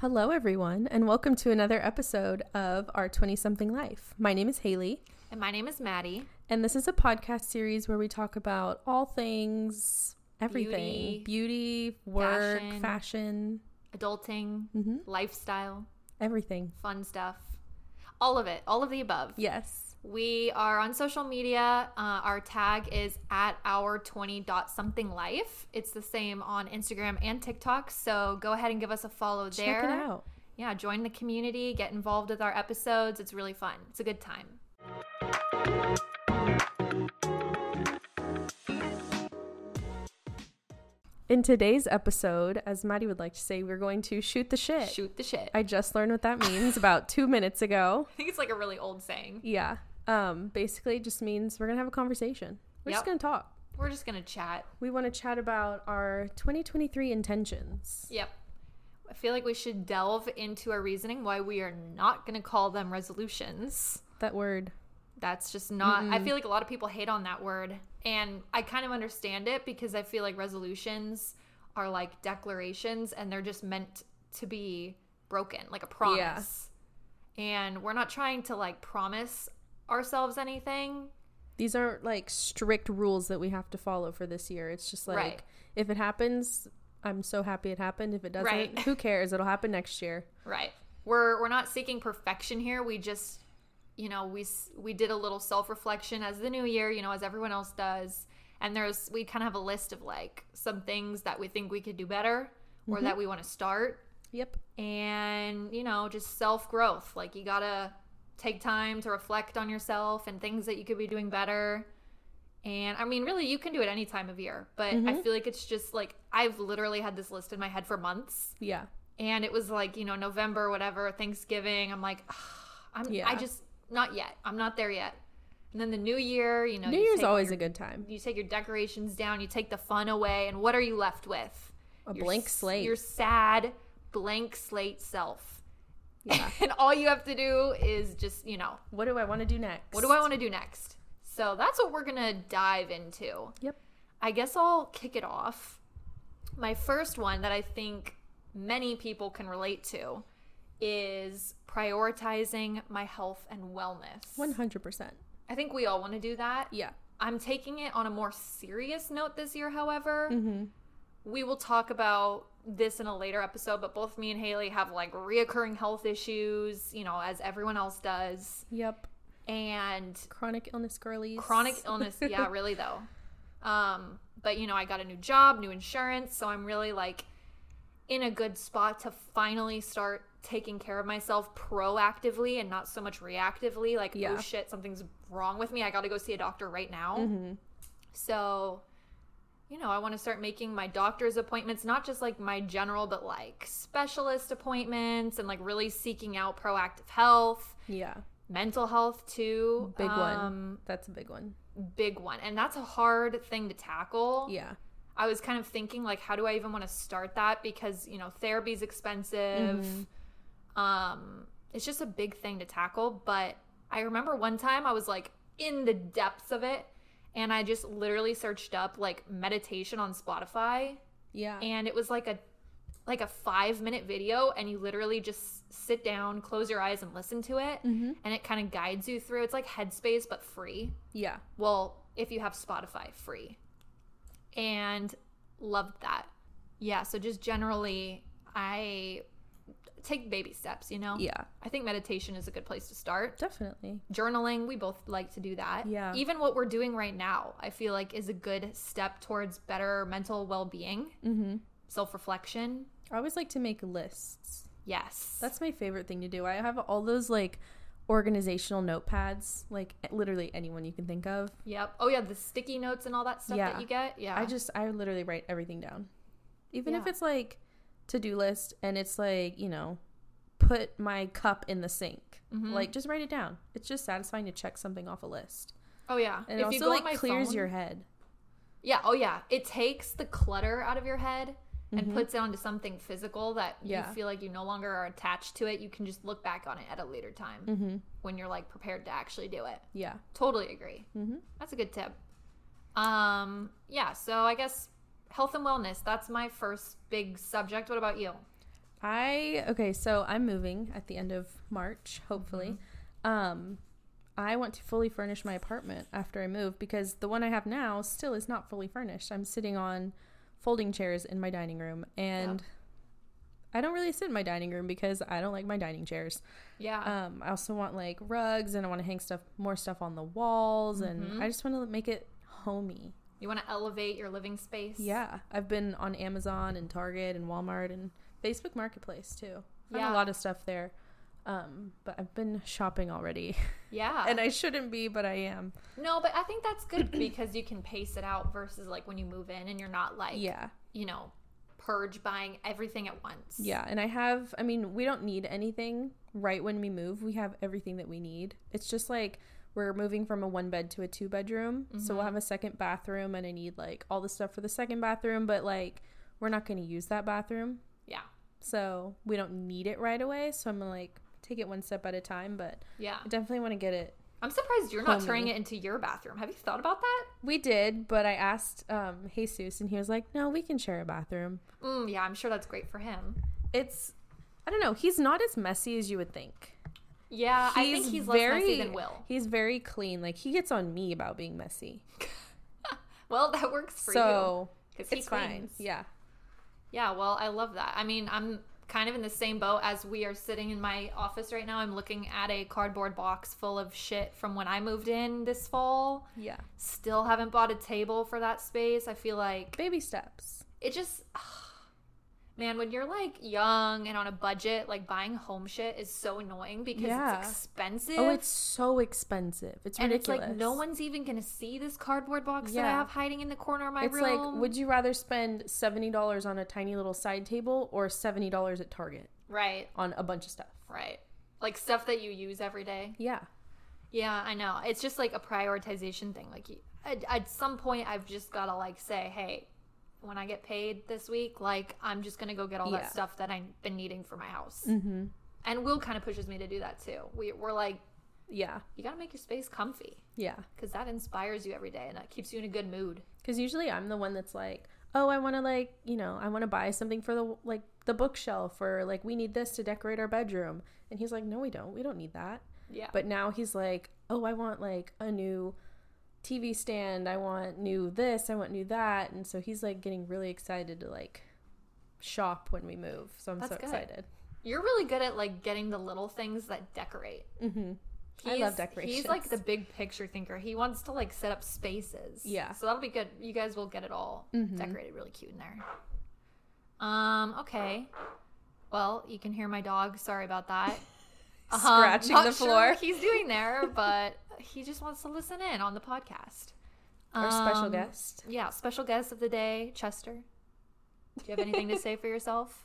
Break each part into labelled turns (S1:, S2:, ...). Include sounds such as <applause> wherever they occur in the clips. S1: Hello, everyone, and welcome to another episode of Our 20 Something Life. My name is Haley,
S2: And my name is Maddie.
S1: and this is a podcast series where we talk about all things, everything beauty,
S2: Beauty,
S1: work, fashion,
S2: fashion. Adulting,
S1: hmm
S2: lifestyle,
S1: everything.
S2: fun stuff, all of it, all of the above.
S1: Yes.
S2: We are on social media. Uh, our tag is at our 20 dot something life. It's the same on Instagram and TikTok. So go ahead and give us a follow there.
S1: Check it out.
S2: Yeah, join the community, get involved with our episodes. It's really fun. It's a good time.
S1: In today's episode, as Maddie would like to say, we're going to shoot the shit.
S2: Shoot the shit. <laughs> I
S1: I just learned what that means about two minutes ago.
S2: think it's like a really old saying.
S1: Yeah. Um, basically, it just means we're going to have a conversation. We're just
S2: Yep.
S1: going to talk.
S2: We're just going to chat.
S1: We want to chat about our 2023 intentions.
S2: Yep. I feel like we should delve into our reasoning why we are not going to call them resolutions.
S1: That word.
S2: That's just not, I feel like a lot of people hate on that word. And I kind of understand it because I feel like resolutions are like declarations and they're just meant to be broken, like a promise. And we're not trying to like promise ourselves anything.
S1: These aren't like strict rules that we have to follow for this year. It's just like
S2: Right.
S1: if it happens, I'm so happy it happened. If it doesn't,
S2: Right.
S1: who cares? It'll happen next year.
S2: Right. We're we're not seeking perfection here. We just, you know, we s- we did a little self reflection as the new year, you know, as everyone else does. And there's we kind of have a list of like some things that we think we could do better or that we want to start,
S1: Yep.
S2: and you know, just self growth. Like you gotta take time to reflect on yourself and things that you could be doing better. And I mean, really, you can do it any time of year, but
S1: Mm-hmm.
S2: I feel like it's just like I've literally had this list in my head for months
S1: Yeah.
S2: and it was like you know november whatever thanksgiving i'm like "Ah, i'm
S1: Yeah.
S2: i just not yet i'm not there yet and then the new year you know
S1: New
S2: you
S1: Year's
S2: take
S1: always
S2: your,
S1: a good time.
S2: you take your decorations down you take the fun away and what are you left with
S1: A
S2: Your
S1: blank
S2: s-
S1: slate.
S2: your sad blank slate self
S1: Yeah.
S2: <laughs> and all you have to do is just you know
S1: what do I want to do next?
S2: what do i want to do next so that's what we're gonna dive into
S1: Yep.
S2: I guess I'll kick it off. My first one that I think many people can relate to is prioritizing my health and wellness.
S1: 100%.
S2: I think we all want to do that.
S1: Yeah.
S2: I'm taking it on a more serious note this year, however. We will talk about this in a later episode, but both me and Haley have like reoccurring health issues, you know, as everyone else does.
S1: Yep.
S2: And
S1: Chronic illness girlies.
S2: chronic
S1: <laughs>
S2: illness yeah really though um but you know i got a new job new insurance so i'm really like in a good spot to finally start taking care of myself proactively and not so much reactively like
S1: Yeah.
S2: oh shit something's wrong with me i gotta go see a doctor right now
S1: Mm-hmm.
S2: so you know i want to start making my doctor's appointments not just like my general but like specialist appointments and like really seeking out proactive health
S1: Yeah.
S2: mental health too
S1: Big
S2: Um,
S1: one. That's a big one.
S2: big one and that's a hard thing to tackle
S1: Yeah.
S2: i was kind of thinking like how do i even want to start that because you know therapy's expensive um it's just a big thing to tackle but i remember one time i was like in the depths of it and i just literally searched up like meditation on spotify
S1: Yeah.
S2: and it was like a like a five minute video and you literally just sit down close your eyes and listen to it and it kind of guides you through it's like headspace but free
S1: yeah.
S2: well, if you have Spotify free. And loved that. Yeah, so just generally, I take baby steps, you know?
S1: Yeah.
S2: I think meditation is a good place to start.
S1: Definitely.
S2: Journaling, we both like to do that.
S1: Yeah.
S2: Even what we're doing right now, I feel like is a good step towards better mental well being,
S1: Mm-hmm.
S2: self reflection.
S1: I always like to make lists.
S2: Yes.
S1: That's my favorite thing to do. I have all those like organizational notepads, like literally anyone you can think of.
S2: yep. Oh, yeah, the sticky notes and all that stuff
S1: Yeah.
S2: that you get. Yeah.
S1: I just I literally write everything down. Even if
S2: Yeah.
S1: it's like to-do list and it's like, you know, put my cup in the sink.
S2: Mm-hmm.
S1: Like just write it down. It's just satisfying to check something off a list.
S2: oh, yeah.
S1: And it also
S2: on
S1: like
S2: my
S1: clears
S2: phone-
S1: your head.
S2: Yeah. Oh, yeah. It takes the clutter out of your head and puts it onto something physical that
S1: Mm-hmm. Yeah.
S2: you feel like you no longer are attached to it. You can just look back on it at a later time
S1: Mm.
S2: when you're like prepared to actually do it.
S1: Mm-hmm. Yeah.
S2: Totally agree.
S1: Mhm.
S2: That's a good tip. Um, yeah. So I guess health and wellness. That's my first big subject. What about you?
S1: I okay, so I'm moving at the end of March, hopefully. Um I want to fully furnish my apartment after I move because the one I have now still is not fully furnished. I'm sitting on folding chairs in my dining room and I don't really sit in my dining room because I don't like my dining chairs.
S2: Yeah.
S1: Um, I also want like rugs and I want to hang stuff more stuff on the walls and I just want to make it homey.
S2: you want to elevate your living space.
S1: Yeah, I've been on Amazon and Target and Walmart and Facebook Marketplace too. Found
S2: Yeah.
S1: a lot of stuff there. Um, but I've been shopping already, <laughs>
S2: Yeah.
S1: and I shouldn't be, but I am.
S2: no, but I think that's good because you can pace it out versus like when you move in and you're not like,
S1: Yeah,
S2: you know, purge buying everything at once.
S1: yeah, and I have. I mean, we don't need anything right when we move. We have everything that we need. It's just like we're moving from a one bed to a two bedroom, so we'll have a second bathroom, and I need like all the stuff for the second bathroom, but like we're not going to use that bathroom.
S2: Yeah.
S1: so we don't need it right away. So I'm gonna like take it one step at a time, but
S2: Yeah.
S1: I definitely want to get it.
S2: I'm surprised you're not
S1: Homey.
S2: turning it into your bathroom. Have you thought about that?
S1: We did, but I asked um, Jesus, and he was like, "No, we can share a bathroom."
S2: Mm, yeah, I'm sure that's great for him.
S1: It's I don't know. He's not as messy as you would think.
S2: Yeah, Uh, I think he's less messy than Will.
S1: He's very clean. Like he gets on me about being messy.
S2: Well, <laughs> that works for you.
S1: so
S2: 'Cause he
S1: it's fine.
S2: cleans.
S1: Yeah.
S2: Yeah, well, I love that. I mean, I'm kind of in the same boat as we are sitting in my office right now. I'm looking at a cardboard box full of shit from when I moved in this fall.
S1: Yeah.
S2: Still haven't bought a table for that space. I feel like
S1: Baby steps.
S2: it just <sighs> man when you're like young and on a budget like buying home shit is so annoying because
S1: Yeah.
S2: it's expensive
S1: Oh, it's so expensive. It's
S2: and
S1: ridiculous.
S2: it's like no one's even gonna see this cardboard box that i
S1: Yeah.
S2: have hiding in the corner of my
S1: It's
S2: room
S1: like, would you rather spend seventy dollars on a tiny little side table or seventy dollars at Target?
S2: right
S1: on a bunch of stuff.
S2: right like stuff that you use every day
S1: Yeah.
S2: yeah i know it's just like a prioritization thing like you, at, at some point i've just gotta like say hey when i get paid this week like i'm just gonna go get all
S1: Yeah.
S2: that stuff that i've been needing for my house
S1: Mm-hmm.
S2: and will kind of pushes me to do that too we, we're like
S1: Yeah.
S2: you gotta make your space comfy
S1: Yeah.
S2: because that inspires you every day and that keeps you in a good mood.
S1: Because usually I'm the one that's like, oh, I want to like, you know, I want to buy something for the like the bookshelf or like we need this to decorate our bedroom. And he's like, no, we don't. We don't need that.
S2: Yeah.
S1: But now he's like, oh, I want like a new TV stand. I want new this. I want new that. And so he's like getting really excited to like shop when we move. So I'm
S2: That's
S1: so
S2: good.
S1: excited.
S2: You're really good at like getting the little things that decorate.
S1: Mm-hmm. I love decorations.
S2: He's like the big picture thinker. He wants to like set up spaces.
S1: Yeah.
S2: So that'll be good. You guys will get it all
S1: Mhm.
S2: decorated really cute in there. Um, okay. Well, you can hear my dog. Sorry about
S1: <laughs>
S2: that. Um,
S1: Scratching
S2: not
S1: the
S2: sure
S1: floor.
S2: what he's
S1: <laughs>
S2: doing there, but he just wants to listen in on the podcast.
S1: Our special
S2: Um,
S1: guest.
S2: Yeah, special guest of the day, Chester. Do you have anything
S1: <laughs>
S2: to say for yourself?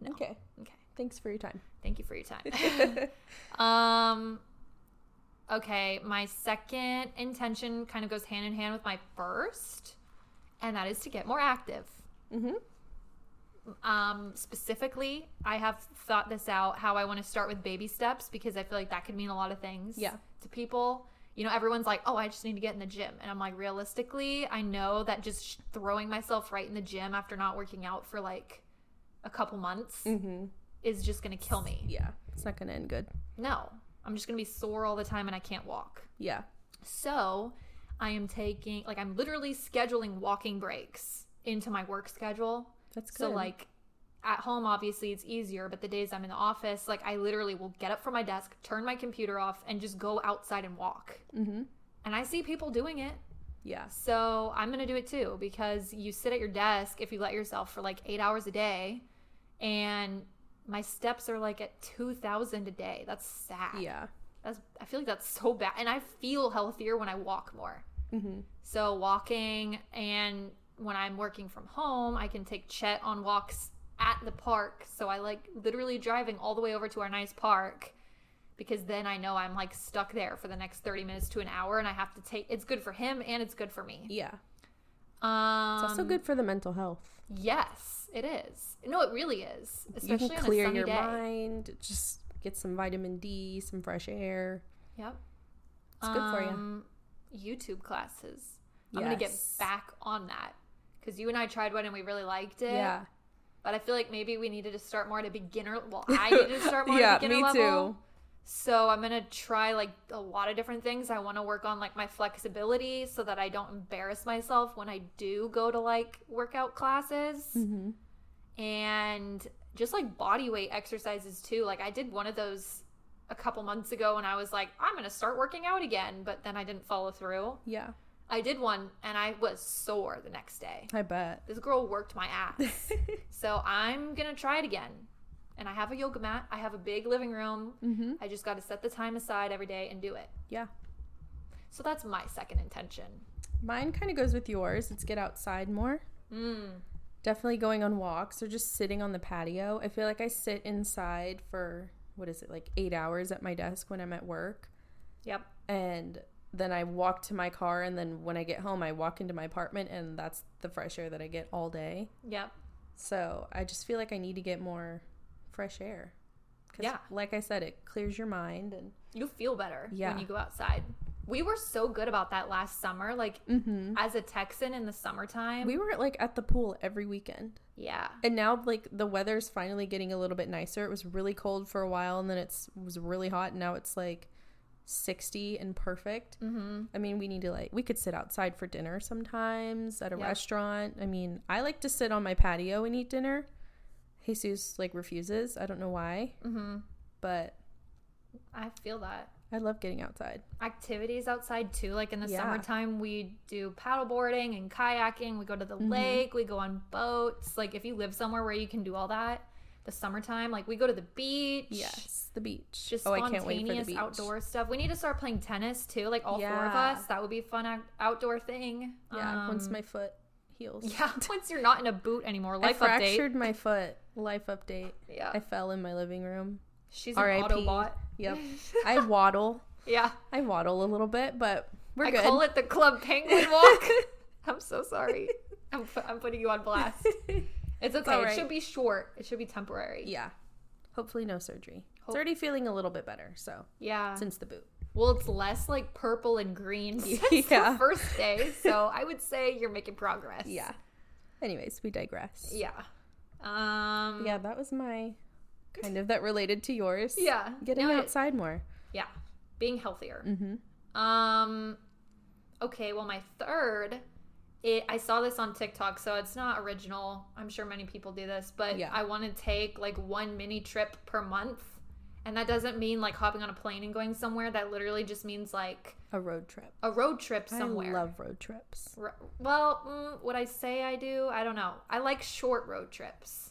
S2: No.
S1: Okay.
S2: Okay.
S1: Thanks for your time.
S2: Thank you for your time.
S1: <laughs>
S2: um okay, my second intention kind of goes hand in hand with my first, and that is to get more active.
S1: mm-hmm.
S2: Um specifically, I have thought this out how I want to start with baby steps because I feel like that could mean a lot of things
S1: Yeah.
S2: to people. You know, everyone's like, "Oh, I just need to get in the gym." And I'm like, "Realistically, I know that just throwing myself right in the gym after not working out for like a couple months
S1: Mm-hmm.
S2: is just going to kill me."
S1: Yeah. It's not going to end good.
S2: No, I'm just gonna be sore all the time and I can't walk.
S1: Yeah.
S2: So I am taking, like, I'm literally scheduling walking breaks into my work schedule.
S1: That's good.
S2: So, like, at home, obviously, it's easier, but the days I'm in the office, like, I literally will get up from my desk, turn my computer off, and just go outside and walk.
S1: mm-hmm.
S2: And I see people doing it.
S1: Yeah.
S2: So I'm gonna do it too because you sit at your desk if you let yourself for like eight hours a day, and my steps are like at two thousand a day. That's sad.
S1: Yeah.
S2: That's I feel like that's so bad, and I feel healthier when I walk more.
S1: Mm-hmm.
S2: So walking, and when I'm working from home, I can take Chet on walks at the park. So I like literally driving all the way over to our nice park because then I know I'm like stuck there for the next 30 minutes to an hour, and I have to take. It's good for him and it's good for me.
S1: Yeah.
S2: Um,
S1: It's also good for the mental health.
S2: Yes, it is. No, it really is. Especially
S1: you can
S2: on a
S1: clear
S2: sunny
S1: your
S2: day.
S1: mind. Just get some vitamin D, some fresh air.
S2: Yep.
S1: It's good for you.
S2: you. YouTube classes. I'm gonna get
S1: Yes.
S2: back on that because you and I tried one and we really liked it.
S1: Yeah.
S2: But I feel like maybe we needed to start more at a beginner.
S1: <laughs>
S2: Well, I needed to start more at a beginner level. So I'm gonna try like a lot of different things. I want to work on like my flexibility so that I don't embarrass myself when I do go to like workout classes
S1: Mm-hmm.
S2: and just like body weight exercises too. Like I did one of those a couple months ago and I was like, I'm gonna start working out again, but then I didn't follow through.
S1: Yeah,
S2: I did one and I was sore the next day.
S1: I <laughs> bet. Mm-hmm.
S2: This girl worked
S1: <laughs>
S2: my ass. so I'm gonna try it again. And I have a yoga mat. I have a big living room.
S1: mm-hmm.
S2: I just got to set the time aside every day and do it.
S1: Yeah.
S2: So that's my second intention.
S1: Mine kind of goes with yours. It's get outside more.
S2: Mm.
S1: Definitely going on walks or just sitting on the patio. I feel like I sit inside for what is it, like eight hours at my desk when I'm at work.
S2: Yep.
S1: And then I walk to my car. And then when I get home, I walk into my apartment and that's the fresh air that I get all day.
S2: Yep.
S1: So I just feel like I need to get more fresh air. 'Cause
S2: Yeah.
S1: Like I said, it clears your mind and.
S2: You feel better
S1: Yeah.
S2: when you go outside. We were so good about that last summer. Like
S1: Mm-hmm.
S2: as a Texan in the summertime.
S1: We were like at the pool every weekend.
S2: yeah.
S1: And now like the weather's finally getting a little bit nicer. It was really cold for a while and then it's it was really hot and now it's like 60 and perfect.
S2: Mm-hmm.
S1: I mean, we need to like we could sit outside for dinner sometimes at a
S2: Yeah.
S1: restaurant. I mean, I like to sit on my patio and eat dinner. Jesus like refuses. I don't know why,
S2: Mm-hmm.
S1: but
S2: I feel that.
S1: I love getting outside.
S2: Activities outside too. Like in the
S1: Yeah.
S2: summertime, we do paddleboarding and kayaking. We go to the
S1: Mm-hmm.
S2: lake. We go on boats. Like if you live somewhere where you can do all that, the summertime, like we go to the beach.
S1: Yes, the beach. Oh,
S2: just spontaneous outdoor stuff. We need to start playing tennis too, like all four of
S1: Yeah.
S2: us. That would be a fun out- outdoor thing.
S1: Yeah, once
S2: Um, <laughs>
S1: my foot heals.
S2: yeah, once you're not in a boot anymore. Life
S1: I
S2: update.
S1: fractured my foot. Life update.
S2: Yeah,
S1: I fell in my living room.
S2: she's an
S1: RIP.
S2: Autobot. <laughs>
S1: Yep. I waddle.
S2: Yeah,
S1: I waddle a little bit, but we're
S2: I
S1: good.
S2: call it the Club <laughs> Penguin Walk. I'm so sorry. I'm, pu- I'm putting you on <laughs> blast. It's okay.
S1: all
S2: It
S1: right.
S2: should be short. It should be temporary.
S1: yeah. Hopefully no surgery.
S2: Hope-
S1: it's already feeling a little bit better, so
S2: Yeah.
S1: since the boot.
S2: Well, it's less like purple and <laughs> green since
S1: Yeah.
S2: the first <laughs> day, so I would say you're making progress.
S1: Yeah. Anyways, we digress.
S2: Yeah. Um.
S1: Yeah, that was my kind of that related to yours.
S2: Yeah.
S1: Getting
S2: No, it-
S1: outside more.
S2: yeah. Being healthier.
S1: Mm-hmm.
S2: Um okay, well my third it, I saw this on TikTok, so it's not original. I'm sure many people do this, but
S1: Yeah.
S2: I want to take like one mini trip per month. And that doesn't mean like hopping on a plane and going somewhere. That literally just means like
S1: A road trip.
S2: a road trip somewhere.
S1: I love road trips.
S2: R- well, mm, would I say I do? I don't know. I like short road trips.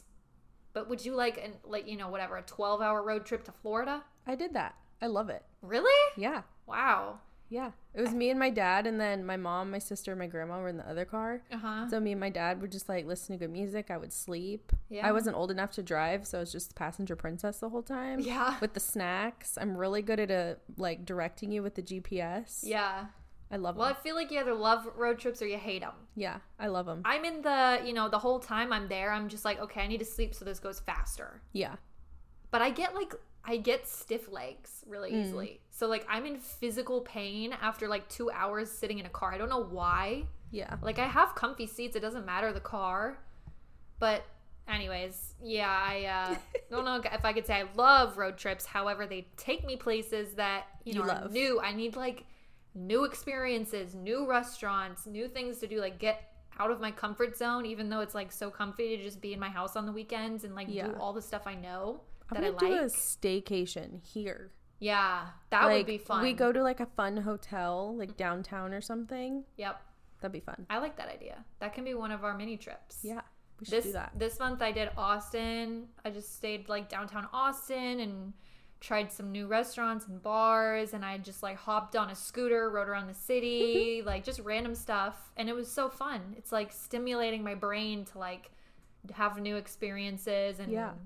S2: But would you like an like you know whatever a 12-hour road trip to Florida?
S1: I did that. I love it.
S2: Really?
S1: Yeah.
S2: Wow.
S1: Yeah. It was me and my dad and then my mom, my sister, and my grandma were in the other car.
S2: Uh-huh.
S1: So me and my dad would just like listen to good music. I would sleep.
S2: Yeah.
S1: I wasn't old enough to drive, so I was just passenger princess the whole time.
S2: Yeah.
S1: With the snacks, I'm really good at a like directing you with the GPS.
S2: Yeah.
S1: I love
S2: Well, I
S1: them.
S2: feel like you either love road trips or you hate them.
S1: Yeah, I love them.
S2: I'm in the, you know, the whole time I'm there, I'm just like, okay, I need to sleep so this goes faster.
S1: yeah,
S2: But I get like, I get stiff legs really easily. So, like, I'm in physical pain after like two hours sitting in a car. I don't know why.
S1: yeah.
S2: Like, I have comfy seats, it doesn't matter the car. But, anyways, yeah, I uh,
S1: <laughs>
S2: don't know if I could say I love road trips. However, they take me places that, you know,
S1: You
S2: are
S1: love.
S2: new. I need like, new experiences, new restaurants, new things to do, like get out of my comfort zone, even though it's like so comfy to just be in my house on the weekends and like do
S1: Yeah.
S2: all the stuff I know
S1: I'm
S2: that I
S1: gonna
S2: like.
S1: do a staycation here.
S2: Yeah, that
S1: like,
S2: would be fun.
S1: We go to like a fun hotel, like downtown or something.
S2: Yep,
S1: That'd be fun.
S2: I like that idea. That can be one of our mini trips.
S1: Yeah, we should
S2: This
S1: do that.
S2: this month I did Austin. I just stayed like downtown Austin and tried some new restaurants and bars and I just like hopped on a scooter, rode around
S1: <laughs>
S2: the city, like just random stuff and it was so fun. It's like stimulating my brain to like have new experiences and
S1: Yeah. Mm-hmm.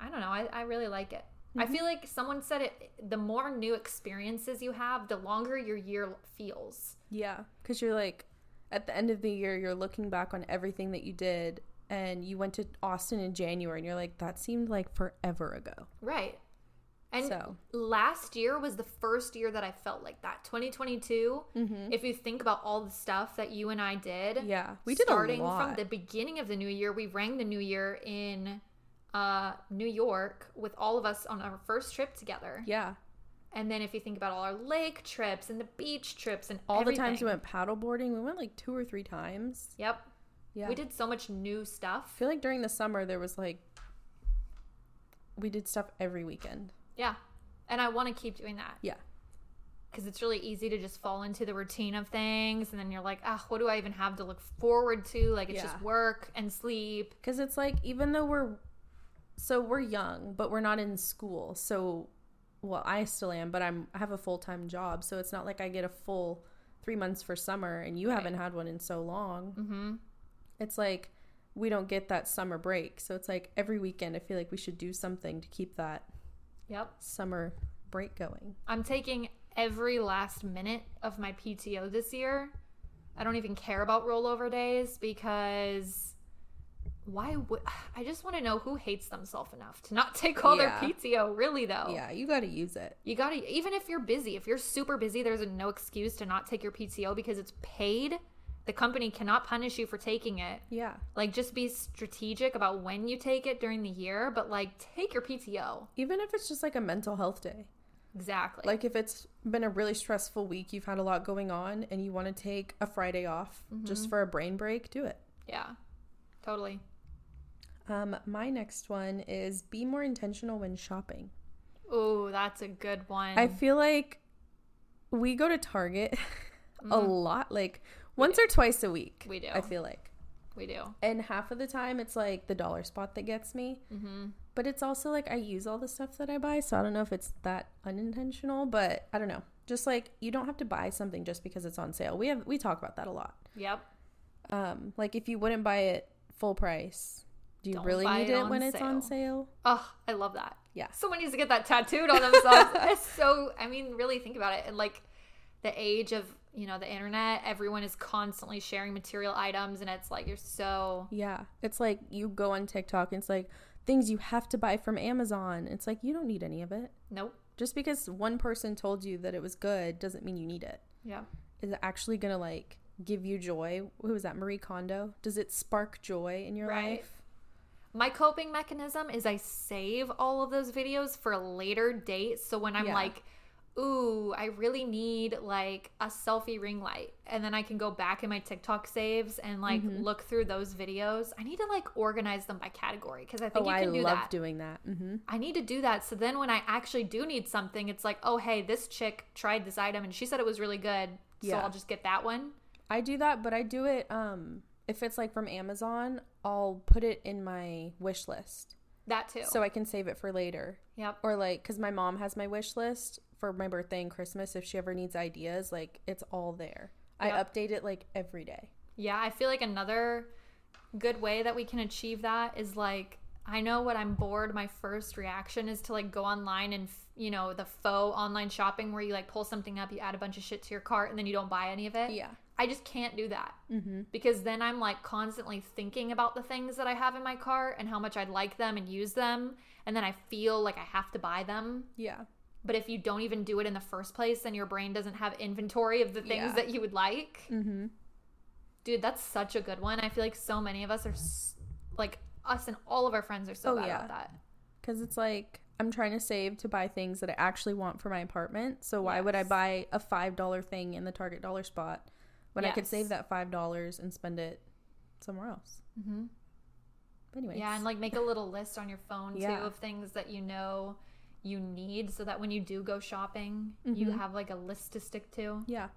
S2: I don't know. I, I really like it. I feel like someone said it the more new experiences you have, the longer your year feels.
S1: Yeah, because you're like, at the end of the year, you're looking back on everything that you did, and you went to Austin in January, and you're like, that seemed like forever ago.
S2: Right. And
S1: So
S2: last year was the first year that I felt like that. 2022, if you think about all the stuff that you and I did,
S1: Mm-hmm. yeah, we did
S2: starting
S1: a lot.
S2: from the beginning of the new year, we rang the new year in uh, New York with all of us on our first trip together.
S1: yeah,
S2: And then if you think about all our lake trips and the beach trips and
S1: all the times we
S2: everything.
S1: went paddleboarding, we went like two or three times.
S2: Yep.
S1: Yeah,
S2: We did so much new
S1: I
S2: stuff.
S1: feel like during the summer there was like we did stuff every weekend.
S2: Yeah. And I want to keep doing that
S1: Yeah,
S2: because it's really easy to just fall into the routine of things. And then you're like, ah, what do I even have to look forward to? Like, it's
S1: Yeah.
S2: just work and sleep.
S1: because it's like even though we're so we're young, but we're not in school. So well, I still am, but I'm I have a full time job, so it's not like I get a full three months for summer, and you haven't had one in so long.
S2: Mm-hmm.
S1: it's like we don't get that summer break. So it's like every weekend, I feel like we should do something to keep that
S2: Yep.
S1: summer break going.
S2: I'm taking every last minute of my PTO this year. I don't even care about rollover days because why would I just want to know who hates themselves enough to not <laughs> take all
S1: Yeah.
S2: their PTO, really though.
S1: Yeah, you got to use it.
S2: You gotta, even if you're busy, if you're super busy, there's no excuse to not take your PTO because it's paid. The company cannot punish you for taking it.
S1: Yeah.
S2: Like, just be strategic about when you take it during the year, but like, take your PTO.
S1: Even if it's just like a mental health day.
S2: Exactly.
S1: Like if it's been a really stressful week, you've had a lot going on, and you want to take a Friday off
S2: Mm-hmm.
S1: just for a brain break, do it.
S2: yeah, totally.
S1: Um, my next one is be more intentional when shopping.
S2: Oh, that's a good one.
S1: I feel like we go to Target <laughs> a lot, like once or twice a week.
S2: Mm-hmm. We do.
S1: I feel like.
S2: we do.
S1: and half of the time it's like the dollar spot that gets me
S2: Mm-hmm.
S1: but it's also like i use all the stuff that i buy so i don't know if it's that unintentional but i don't know just like you don't have to buy something just because it's on sale we have we talk about that a lot
S2: Yep.
S1: um like if you wouldn't buy it full price do you
S2: Don't
S1: really
S2: buy
S1: need
S2: it
S1: it
S2: on
S1: when it's on sale
S2: Oh, I love that.
S1: Yeah.
S2: Someone needs to get that tattooed on themselves. It's so, I mean, really think about it. And like the age of, you know, the internet, everyone is constantly sharing material items and it's like you're so
S1: yeah it's like you go on tiktok and it's like things you have to buy from amazon it's like you don't need any of it
S2: nope.
S1: just because one person told you that it was good doesn't mean you need it
S2: Yeah.
S1: is it actually gonna like give you joy who was that marie kondo does it spark joy in your
S2: Right.
S1: life
S2: My coping mechanism is I save all of those videos for a later date. So when I'm
S1: Yeah.
S2: like, ooh, I really need like a selfie ring light. And then I can go back in my TikTok saves and like
S1: Mm-hmm.
S2: look through those videos. I need to like organize them by category because I think
S1: oh
S2: you
S1: i
S2: can do
S1: love
S2: that.
S1: doing that hmm
S2: I need to do that. So then when I actually do need something, it's like, oh, hey, this chick tried this item and she said it was really good. So
S1: Yeah.
S2: I'll just get that one.
S1: i do that but i do it um if it's like from amazon i'll put it in my wish list
S2: That too.
S1: so i can save it for later
S2: yep.
S1: or like because my mom has my wish list for my birthday and christmas if she ever needs ideas like it's all there i
S2: Yep.
S1: update it like every day
S2: Yeah, I feel like another good way that we can achieve that is like I know when I'm bored, my first reaction is to like go online and f- you know the faux online shopping where you like pull something up, you add a bunch of shit to your cart, and then you don't buy any of it.
S1: yeah
S2: I just can't do that
S1: mm-hmm.
S2: because then I'm like constantly thinking about the things that I have in my cart and how much I'd like them and use them, and then I feel like I have to buy them.
S1: yeah
S2: But if you don't even do it in the first place, then your brain doesn't have inventory of the things
S1: Yeah.
S2: that you would like.
S1: mm-hmm.
S2: Dude, that's such a good one. I feel like so many of us are s- like us and all of our friends are so
S1: Oh,
S2: bad
S1: yeah.
S2: about that.
S1: Because it's like, I'm trying to save to buy things that I actually want for my apartment. So why would I
S2: Yes.
S1: buy a $5 thing in the Target dollar spot when I could save
S2: Yes.
S1: that $5 and spend it somewhere else?
S2: Mm-hmm.
S1: But anyways.
S2: Yeah, and like make a little list on your phone
S1: Yeah.
S2: too of things that you know you need so that when you do go shopping, you
S1: Mhm.
S2: have like a list to stick to.
S1: yeah.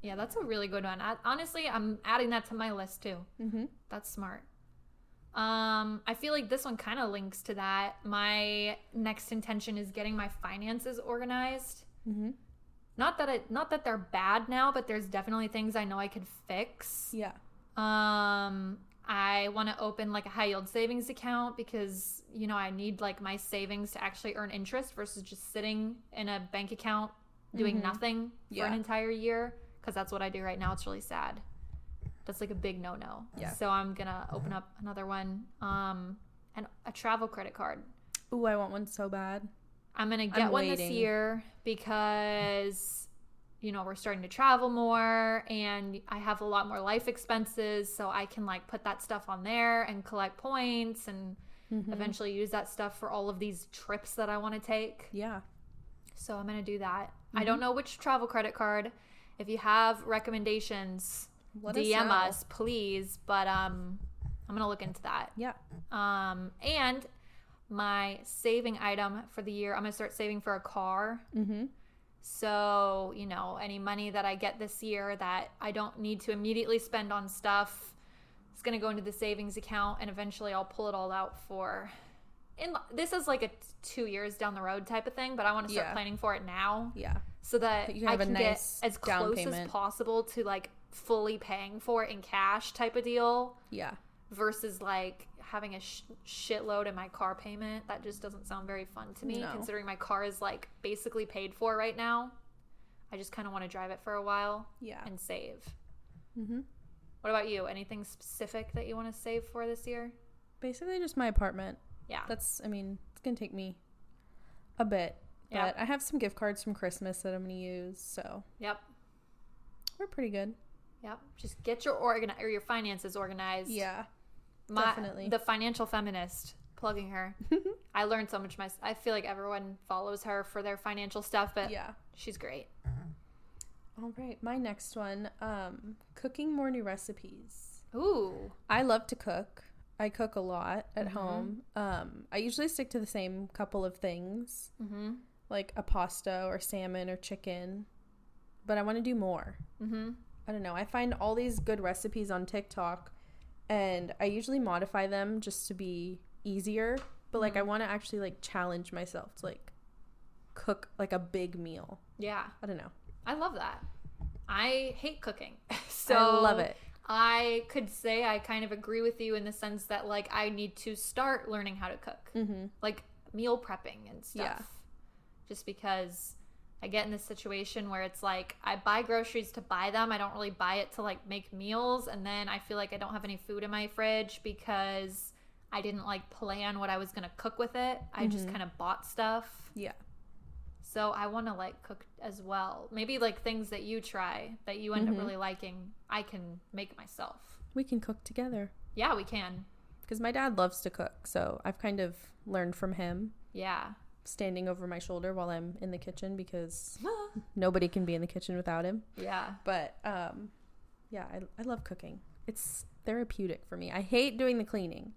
S2: Yeah, that's a really good one. I, honestly, I'm adding that to my list too.
S1: Mm-hmm.
S2: That's smart. Um, I feel like this one kind of links to that. My next intention is getting my finances organized.
S1: Mm-hmm.
S2: not that it not that they're bad now but there's definitely things i know i could fix
S1: Yeah.
S2: um i want to open like a high yield savings account because you know i need like my savings to actually earn interest versus just sitting in a bank account doing
S1: Mhm.
S2: nothing for an
S1: Yeah.
S2: entire year because that's what i do right now it's really sad that's like a big no-no
S1: Yeah.
S2: so i'm gonna open up another one um and a travel credit card
S1: Ooh, I want one so bad.
S2: I'm gonna get one this
S1: waiting.
S2: year because you know we're starting to travel more and I have a lot more life expenses, so I can like put that stuff on there and collect points and
S1: Mm-hmm.
S2: eventually use that stuff for all of these trips that I want to take.
S1: Yeah.
S2: So I'm gonna do that. I
S1: Mm-hmm.
S2: don't know which travel credit card. If you have recommendations,
S1: Let us
S2: DM
S1: know.
S2: us, please. But um, I'm gonna look into that.
S1: Yeah.
S2: Um, and my saving item for the year, I'm gonna start saving for a car.
S1: Mm-hmm.
S2: So you know, any money that I get this year that I don't need to immediately spend on stuff, it's gonna go into the savings account, and eventually I'll pull it all out for. In this is like a t- two years down the road type of thing, but I want to start
S1: Yeah.
S2: planning for it now
S1: Yeah.
S2: so that
S1: You can
S2: I
S1: have a
S2: can
S1: nice
S2: get as
S1: down
S2: close as
S1: payment.
S2: possible to like fully paying for it in cash type of deal
S1: Yeah.
S2: versus like having a sh- shitload in my car payment. That just doesn't sound very fun to me,
S1: No.
S2: considering my car is like basically paid for right now. I just kind of want to drive it for a while
S1: Yeah.
S2: and save.
S1: Mm-hmm.
S2: What about you? Anything specific that you want to save for this year?
S1: Basically, just my apartment.
S2: Yeah.
S1: That's. I mean, it's gonna take me a bit, but
S2: Yeah.
S1: I have some gift cards from Christmas that I'm gonna use, so
S2: Yep.
S1: we're pretty good.
S2: Yep. Just get your organ or your finances organized.
S1: Yeah.
S2: my,
S1: Definitely.
S2: The financial feminist, plugging
S1: <laughs>
S2: her. I learned so much. My, I feel like everyone follows her for their financial stuff, but
S1: Yeah.
S2: she's great.
S1: All right. My next one. Um, cooking more new recipes.
S2: Ooh.
S1: I love to cook. I cook a lot at home. Um, I usually stick to the same couple of things,
S2: Mm-hmm.
S1: like a pasta or salmon or chicken, but I want to do more.
S2: Mm-hmm.
S1: I don't know. I find all these good recipes on TikTok and I usually modify them just to be easier, but like I want to actually like challenge myself to like cook like a big meal.
S2: Yeah.
S1: I don't know.
S2: I love that. I hate cooking. <laughs> So
S1: I love it.
S2: I could say I kind of agree with you in the sense that like I need to start learning how to cook.
S1: Mhm.
S2: Like meal prepping and stuff.
S1: Yeah.
S2: Just because I get in this situation where it's like I buy groceries to buy them. I don't really buy it to like make meals and then I feel like I don't have any food in my fridge because I didn't like plan what I was going to cook with it. I just kind of bought stuff.
S1: Mm-hmm. Yeah.
S2: So I want to like cook as well. Maybe like things that you try that you end
S1: Mm-hmm.
S2: up really liking, I can make myself.
S1: We can cook together
S2: Yeah, we can.
S1: because my dad loves to cook, so I've kind of learned from him. <laughs>
S2: Yeah.
S1: standing over my shoulder while I'm in the kitchen because nobody can be in the kitchen without him.
S2: yeah.
S1: But um, yeah, I, I love cooking. It's therapeutic for me. I hate doing the cleaning.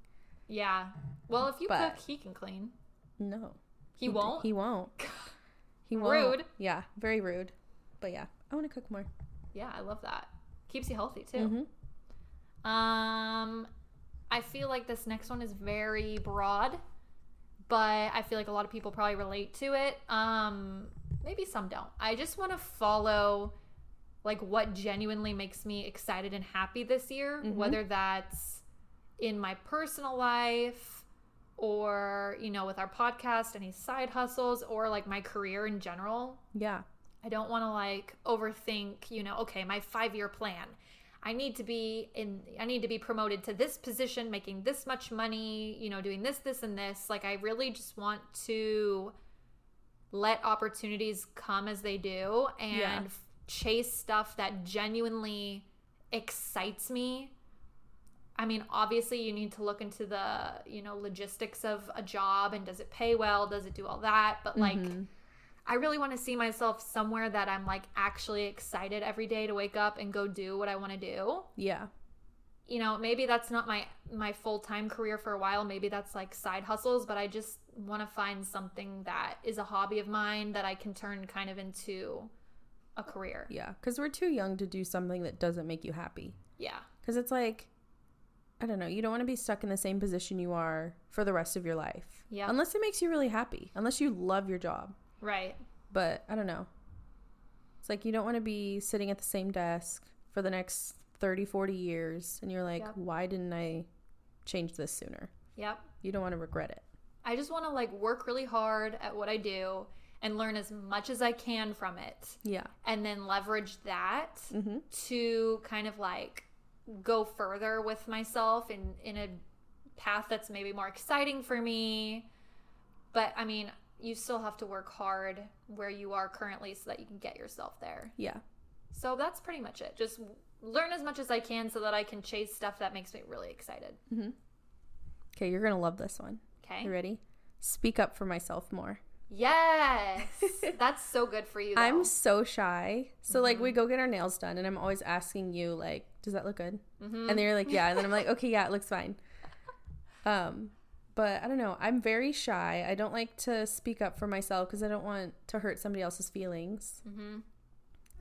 S2: Yeah. Well, if you
S1: But-
S2: cook, he can clean.
S1: No,
S2: He won't.
S1: He
S2: <laughs>
S1: won't. He won't.
S2: Rude.
S1: Yeah, very rude. But yeah, I want to cook more.
S2: yeah, I love that. Keeps you healthy too.
S1: hmm
S2: Um, I feel like this next one is very broad, but I feel like a lot of people probably relate to it. Um, maybe some don't. I just want to follow like what genuinely makes me excited and happy this year,
S1: Mm-hmm.
S2: whether that's in my personal life or, you know, with our podcast, any side hustles or like my career in general.
S1: Yeah,
S2: I don't want to like overthink, you know, okay, my 5-year plan. I need to be in I need to be promoted to this position, making this much money, you know, doing this this and this. Like I really just want to let opportunities come as they do and
S1: Yeah.
S2: f- chase stuff that genuinely excites me. I mean, obviously you need to look into the, you know, logistics of a job and does it pay well? Does it do all that? But like
S1: Mhm.
S2: I really want to see myself somewhere that I'm like actually excited every day to wake up and go do what I want to do.
S1: yeah,
S2: You know, maybe that's not my my full-time career for a while, maybe that's like side hustles, but I just want to find something that is a hobby of mine that I can turn kind of into a career.
S1: yeah. Because we're too young to do something that doesn't make you happy.
S2: Yeah.
S1: Because it's like, I don't know, you don't want to be stuck in the same position you are for the rest of your life.
S2: Yeah.
S1: Unless it makes you really happy, unless you love your job.
S2: Right.
S1: But I don't know. It's like you don't want to be sitting at the same desk for the next 30, 40 years and you're like,
S2: Yep.
S1: why didn't I change this sooner?
S2: Yep.
S1: You don't want to regret it.
S2: I just want to like work really hard at what I do and learn as much as I can from it
S1: Yeah.
S2: and then leverage that
S1: Mm-hmm.
S2: to kind of like go further with myself in in a path that's maybe more exciting for me but i mean you still have to work hard where you are currently so that you can get yourself there.
S1: Yeah.
S2: So that's pretty much it. Just learn as much as I can so that I can chase stuff that makes me really excited.
S1: Okay, you're going to love this one.
S2: Okay.
S1: You ready? Speak up for myself more.
S2: Yes. <laughs> that's so good for you. Though.
S1: I'm so shy. So like we go get our nails done and I'm always asking you like, does that look good? And then you're like, yeah. And then I'm like, okay, yeah, it looks fine. Um, but I don't know. I'm very shy. I don't like to speak up for myself because I don't want to hurt somebody else's feelings.
S2: Mhm.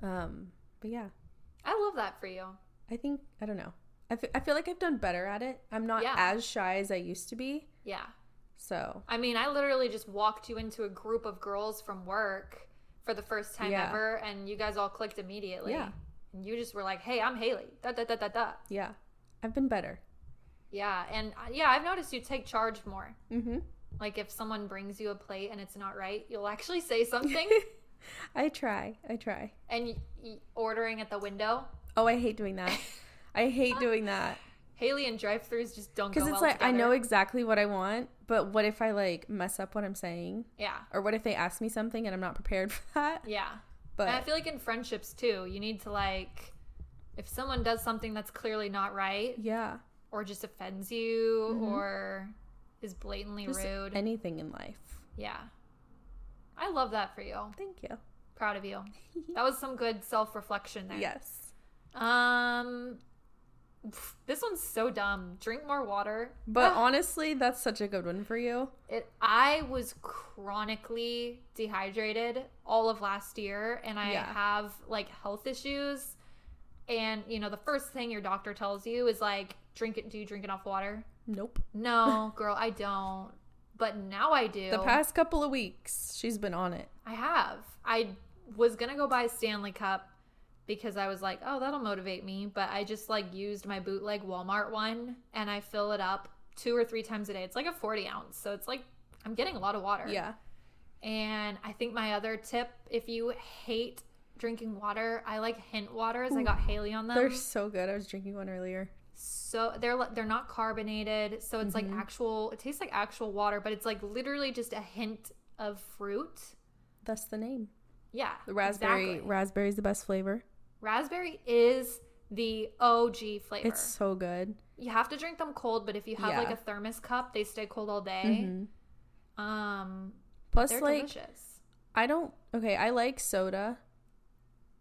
S1: Um, but yeah,
S2: I love that for you.
S1: I think I don't know. I fe- I feel like I've done better at it. I'm not
S2: Yeah.
S1: as shy as I used to be.
S2: Yeah.
S1: So
S2: I mean, I literally just walked you into a group of girls from work for the first time
S1: Yeah.
S2: ever, and you guys all clicked immediately.
S1: Yeah.
S2: And you just were like, hey, I'm Haley. Da, da, da, da, da.
S1: yeah, I've been better.
S2: Yeah. And uh, yeah, I've noticed you take charge more.
S1: Mm-hmm.
S2: Like, if someone brings you a plate and it's not right, you'll actually
S1: <laughs>
S2: say something.
S1: I try. I try.
S2: and y- y- ordering at the window,
S1: Oh, I hate doing that. I hate doing
S2: <laughs>
S1: that.
S2: Haley and drive throughs just don't go
S1: because
S2: well
S1: it's like I know
S2: together.
S1: exactly what I want, but what if I like mess up what I'm saying,
S2: Yeah.
S1: or what if they ask me something and I'm not prepared <laughs> for that?
S2: Yeah. and I
S1: But
S2: feel like in friendships too, you need to like, if someone does something that's clearly not right,
S1: yeah,
S2: or just offends you or is blatantly
S1: Mm-hmm. just
S2: rude.
S1: anything in life.
S2: yeah. I love that for you.
S1: Thank you.
S2: Proud
S1: <laughs>
S2: of you. That was some good self reflection there.
S1: Yes,
S2: Um pff, this one's so dumb. Drink more water.
S1: but
S2: Ah,
S1: honestly, that's such a good one for you.
S2: it, I was chronically dehydrated all of last year and I
S1: Yeah.
S2: have like health issues. And you know, the first thing your doctor tells you is like drink it do you drink enough water?
S1: Nope.
S2: No, girl, I don't. But now I do.
S1: The past couple of weeks, she's been on it.
S2: I have. I was gonna go buy a Stanley Cup because I was like, oh, that'll motivate me. But I just like used my bootleg Walmart one and I fill it up two or three times a day. It's like a 40 ounce. So it's like I'm getting a lot of water.
S1: Yeah.
S2: And I think my other tip, if you hate drinking water, I like hint waters. I got Haley on them.
S1: They're so good. I was drinking one earlier.
S2: so they're li- they're not carbonated. So it's
S1: Mm-hmm.
S2: like actual it tastes like actual water, but it's like literally just a hint of fruit.
S1: That's the name.
S2: Yeah.
S1: The raspberry.
S2: exactly.
S1: Raspberry's the best flavor.
S2: Raspberry is the OG flavor.
S1: It's so good.
S2: you have to drink them cold, but if you have like
S1: Yeah.
S2: a thermos cup, they stay cold all day.
S1: Mhm.
S2: Um,
S1: Plus,
S2: they're
S1: like
S2: delicious.
S1: I don't okay, I like soda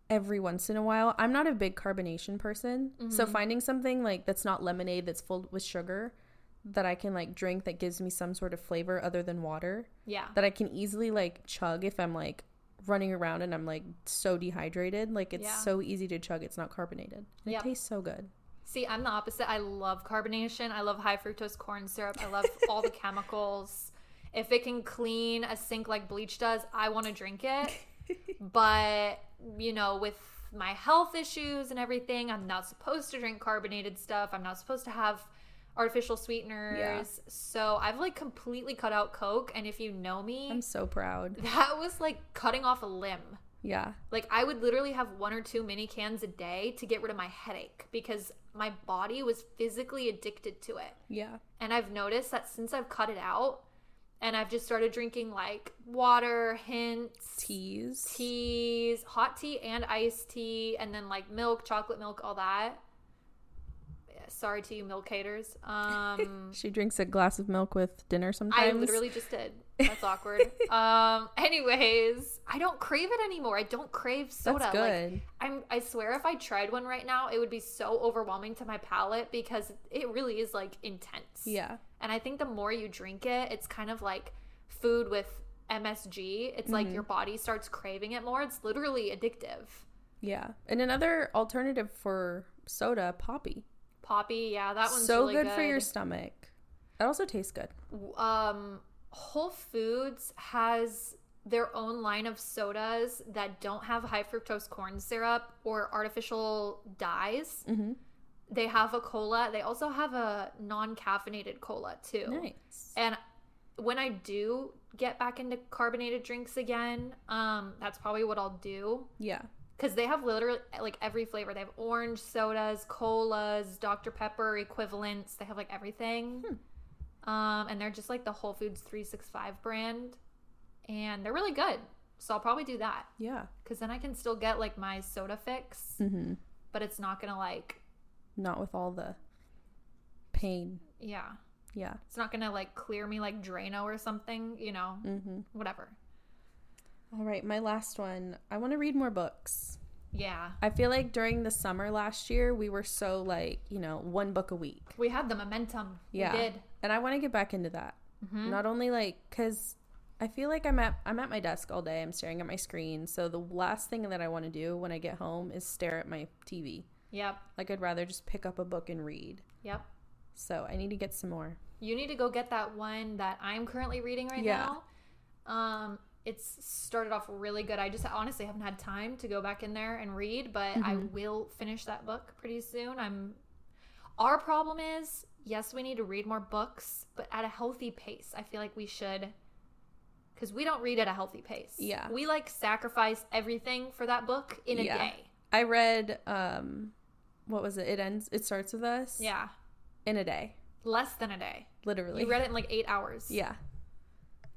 S1: every once in a while. I'm not a big carbonation person. So
S2: Mm-hmm.
S1: finding something like that's not lemonade that's full with sugar that I can like drink that gives me some sort of flavor other than water
S2: Yeah,
S1: that I can easily like chug if I'm like running around and I'm like so dehydrated. Like it's
S2: Yeah.
S1: so easy to chug. It's not carbonated. And
S2: Yep.
S1: It tastes so good.
S2: See, I'm the opposite. I love carbonation. I love high fructose corn syrup. I love all the chemicals. If it can clean a sink like bleach does, I want to drink it. but, you know, with my health issues and everything, I'm not supposed to drink carbonated stuff. I'm not supposed to have artificial sweeteners. So I've like completely cut out Coke. And if you know me,
S1: I'm so proud.
S2: that was like cutting off a limb.
S1: Yeah.
S2: Like I would literally have one or two mini cans a day to get rid of my headache because my body was physically addicted to it.
S1: Yeah.
S2: And I've noticed that since I've cut it out and I've just started drinking like water, hints,
S1: Teas.
S2: teas, hot tea and iced tea, and then like milk, chocolate milk, all that. Yeah, Sorry to you milk
S1: <laughs>
S2: haters. Um
S1: She drinks a glass of milk with dinner
S2: I
S1: sometimes.
S2: literally just did.
S1: <laughs>
S2: That's awkward. um anyways, I don't crave it anymore. I don't crave soda.
S1: That's
S2: Like,
S1: good.
S2: I'm, I swear if I tried one right now, it would be so overwhelming to my palate because it really is like intense.
S1: yeah.
S2: And I think the more you drink it, it's kind of like food with MSG. It's
S1: Mm-hmm.
S2: like your body starts craving it more. It's literally addictive.
S1: Yeah. And another alternative for soda, poppy.
S2: Poppy, yeah, that one's
S1: so
S2: really
S1: good, for your stomach. It also tastes good.
S2: um Whole Foods has their own line of sodas that don't have high fructose corn syrup or artificial dyes.
S1: Mhm.
S2: They have a cola. They also have a non-caffeinated cola too.
S1: Nice.
S2: And when I do get back into carbonated drinks again, um that's probably what I'll do
S1: Yeah.
S2: cuz they have literally like every flavor. They have orange sodas, colas, Dr Pepper equivalents. They have like everything. Um, and they're just like the Whole Foods 365 brand. and they're really good. So I'll probably do that
S1: Yeah.
S2: because then I can still get like my soda fix,
S1: Mm-hmm.
S2: but it's not gonna like
S1: Not with all the pain.
S2: yeah,
S1: Yeah.
S2: it's not gonna like clear me like Drano or something, you know,
S1: Mm-hmm.
S2: whatever.
S1: All right. My last one. I want to read more books.
S2: Yeah,
S1: I feel like during the summer last year, we were so like, you know, one book a week.
S2: we had the momentum.
S1: Yeah.
S2: we did.
S1: And I want to get back into that.
S2: Mhm.
S1: Not only like cuz I feel like I'm at I'm at my desk all day. I'm staring at my screen. So the last thing that I want to do when I get home is stare at my TV.
S2: Yep,
S1: Like I'd rather just pick up a book and read.
S2: yep.
S1: So I need to get some more.
S2: You need to go get that one that I'm currently reading right
S1: Yeah.
S2: now. Um, it's started off really good. I just honestly haven't had time to go back in there and read, but I
S1: Mm-hmm.
S2: will finish that book pretty soon. I'm our problem is, yes, we need to read more books, but at a healthy pace. I feel like we should because we don't read at a healthy pace.
S1: Yeah.
S2: We like sacrifice everything for that book in a
S1: Yeah.
S2: day.
S1: I read um what was it? It ends it starts with us
S2: Yeah.
S1: in a day.
S2: Less than a day.
S1: Literally.
S2: You read it in like eight hours.
S1: yeah.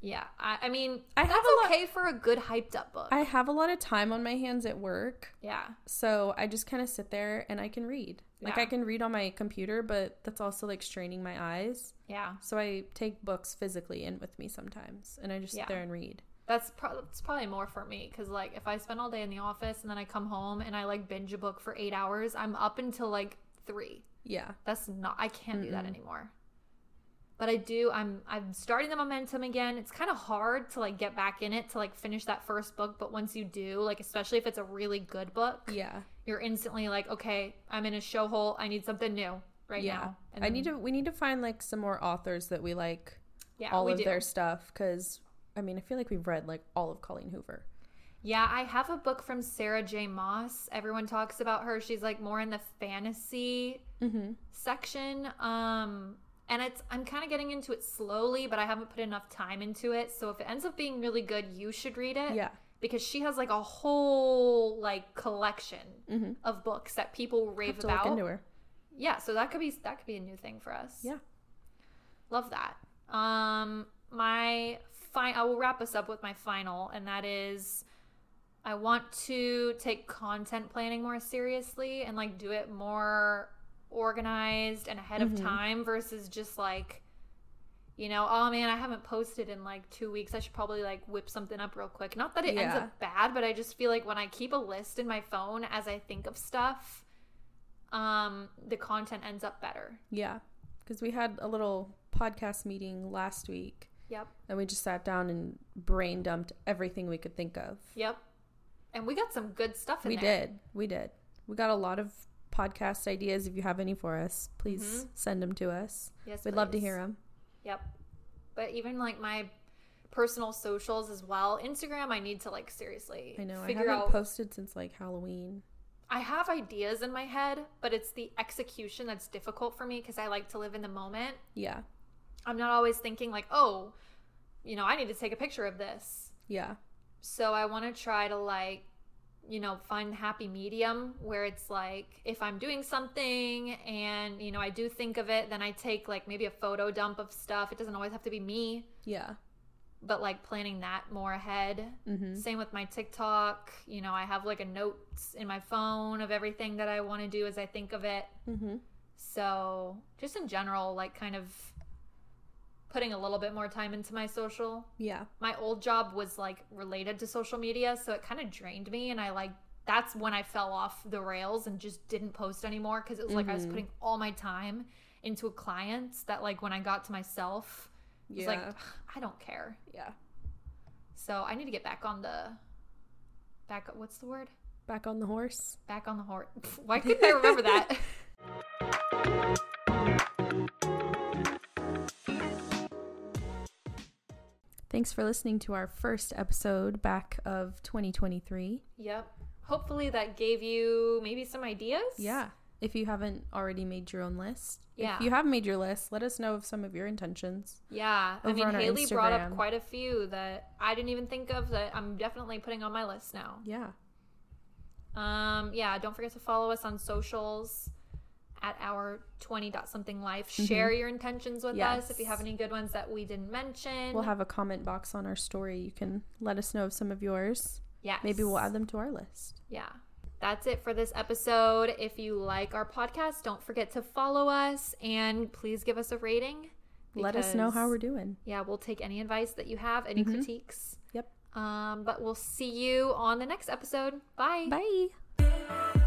S2: Yeah. I, I mean,
S1: I
S2: that's
S1: have a lot-
S2: okay for a good hyped up book.
S1: I have a lot of time on my hands at work.
S2: Yeah.
S1: So I just kind of sit there and I can read. Like
S2: Yeah.
S1: I can read on my computer, but that's also like straining my eyes.
S2: Yeah.
S1: So I take books physically in with me sometimes and I just
S2: Yeah.
S1: sit there and read.
S2: That's, pro- that's probably more for me because, like, if I spend all day in the office and then I come home and I, like, binge a book for eight hours, I'm up until, like, three.
S1: Yeah.
S2: That's not, I can't do that
S1: Mm-mm.
S2: anymore. But I do, I'm, I'm starting the momentum again. It's kind of hard to, like, get back in it to, like, finish that first book. But once you do, like, especially if it's a really good book,
S1: Yeah.
S2: you're instantly like, okay, I'm in a show hole. I need something new right
S1: yeah.
S2: now.
S1: I need to we need to find like some more authors that we like
S2: yeah,
S1: all
S2: we
S1: of
S2: do.
S1: their stuff cuz I mean, I feel like we've read like all of Colleen Hoover.
S2: Yeah, I have a book from Sarah J. Moss. Everyone talks about her. She's like more in the fantasy
S1: Mhm.
S2: section. Um and it's I'm kind of getting into it slowly, but I haven't put enough time into it. So if it ends up being really good, you should read it.
S1: Yeah.
S2: Because she has like a whole like collection
S1: Mhm.
S2: of books that people
S1: Have
S2: rave
S1: to look
S2: about.
S1: into her.
S2: Yeah, so that could be that could be a new thing for us.
S1: Yeah.
S2: Love that. Um my fine I will wrap us up with my final and that is I want to take content planning more seriously and like do it more organized and ahead of
S1: Mhm.
S2: time versus just like you know, oh man, I haven't posted in like 2 weeks. I should probably like whip something up real quick. Not that it ends
S1: Yeah.
S2: up bad, but I just feel like when I keep a list in my phone as I think of stuff, um the content ends up better.
S1: Yeah. Cuz we had a little podcast meeting last week
S2: Yep.
S1: and we just sat down and brain dumped everything we could think of.
S2: Yep. And we got some good stuff in
S1: we
S2: there.
S1: did we did we got a lot of podcast ideas if you have any for us please send them to us
S2: Yes,
S1: we'd love to
S2: Mm-hmm. please.
S1: hear them
S2: Yep. But even like my personal socials as well. Instagram, I need to like seriously
S1: i know i
S2: figure
S1: haven't
S2: out.
S1: posted since like halloween
S2: I have ideas in my head, but it's the execution that's difficult for me because I like to live in the moment.
S1: yeah
S2: I'm not always thinking like, oh, you know, I need to take a picture of this.
S1: yeah
S2: So I want to try to like, you know, find the happy medium where it's like if I'm doing something and you know I do think of it, then I take like maybe a photo dump of stuff. It doesn't always have to be me,
S1: yeah
S2: but like planning that more ahead.
S1: mm-hmm.
S2: Same with my TikTok. You know, I have like a notes in my phone of everything that I want to do as I think of it.
S1: Mm-hmm.
S2: So just in general, like kind of putting a little bit more time into my social
S1: yeah
S2: my old job was like related to social media, so it kind of drained me. And I like that's when I fell off the rails and just didn't post anymore because it was like I was
S1: Mhm.
S2: putting all my time into clients that like when I got to myself, it was
S1: yeah
S2: like "Ugh, I don't care.
S1: yeah
S2: So I need to get back on the back. What's the word?
S1: back on the horse
S2: Back on the horse. <laughs> Why couldn't I remember
S1: <laughs>
S2: that?
S1: thanks for listening to our first episode back of 2023
S2: yep. Hopefully that gave you maybe some ideas.
S1: yeah if you haven't already made your own list
S2: Yeah.
S1: if you have made your list let us know of some of your intentions
S2: Yeah, I
S1: over
S2: mean,
S1: on our
S2: Haley brought up
S1: Instagram.
S2: quite a few that I didn't even think of that I'm definitely putting on my list now.
S1: yeah
S2: Um, yeah, don't forget to follow us on socials at our 20 dot something life. Share your intentions with us if you
S1: Mm-hmm. Yes.
S2: have any good ones that we didn't mention.
S1: We'll have a comment box on our story. You can let us know of some of yours.
S2: yes.
S1: Maybe we'll add them to our list.
S2: Yeah. That's it for this episode. If you like our podcast, don't forget to follow us and please give us a rating.
S1: Let us know how
S2: because-
S1: we're doing.
S2: Yeah, we'll take any advice that you have, any critiques.
S1: Yep.
S2: Um, but we'll see you on the next episode. Bye.
S1: Bye.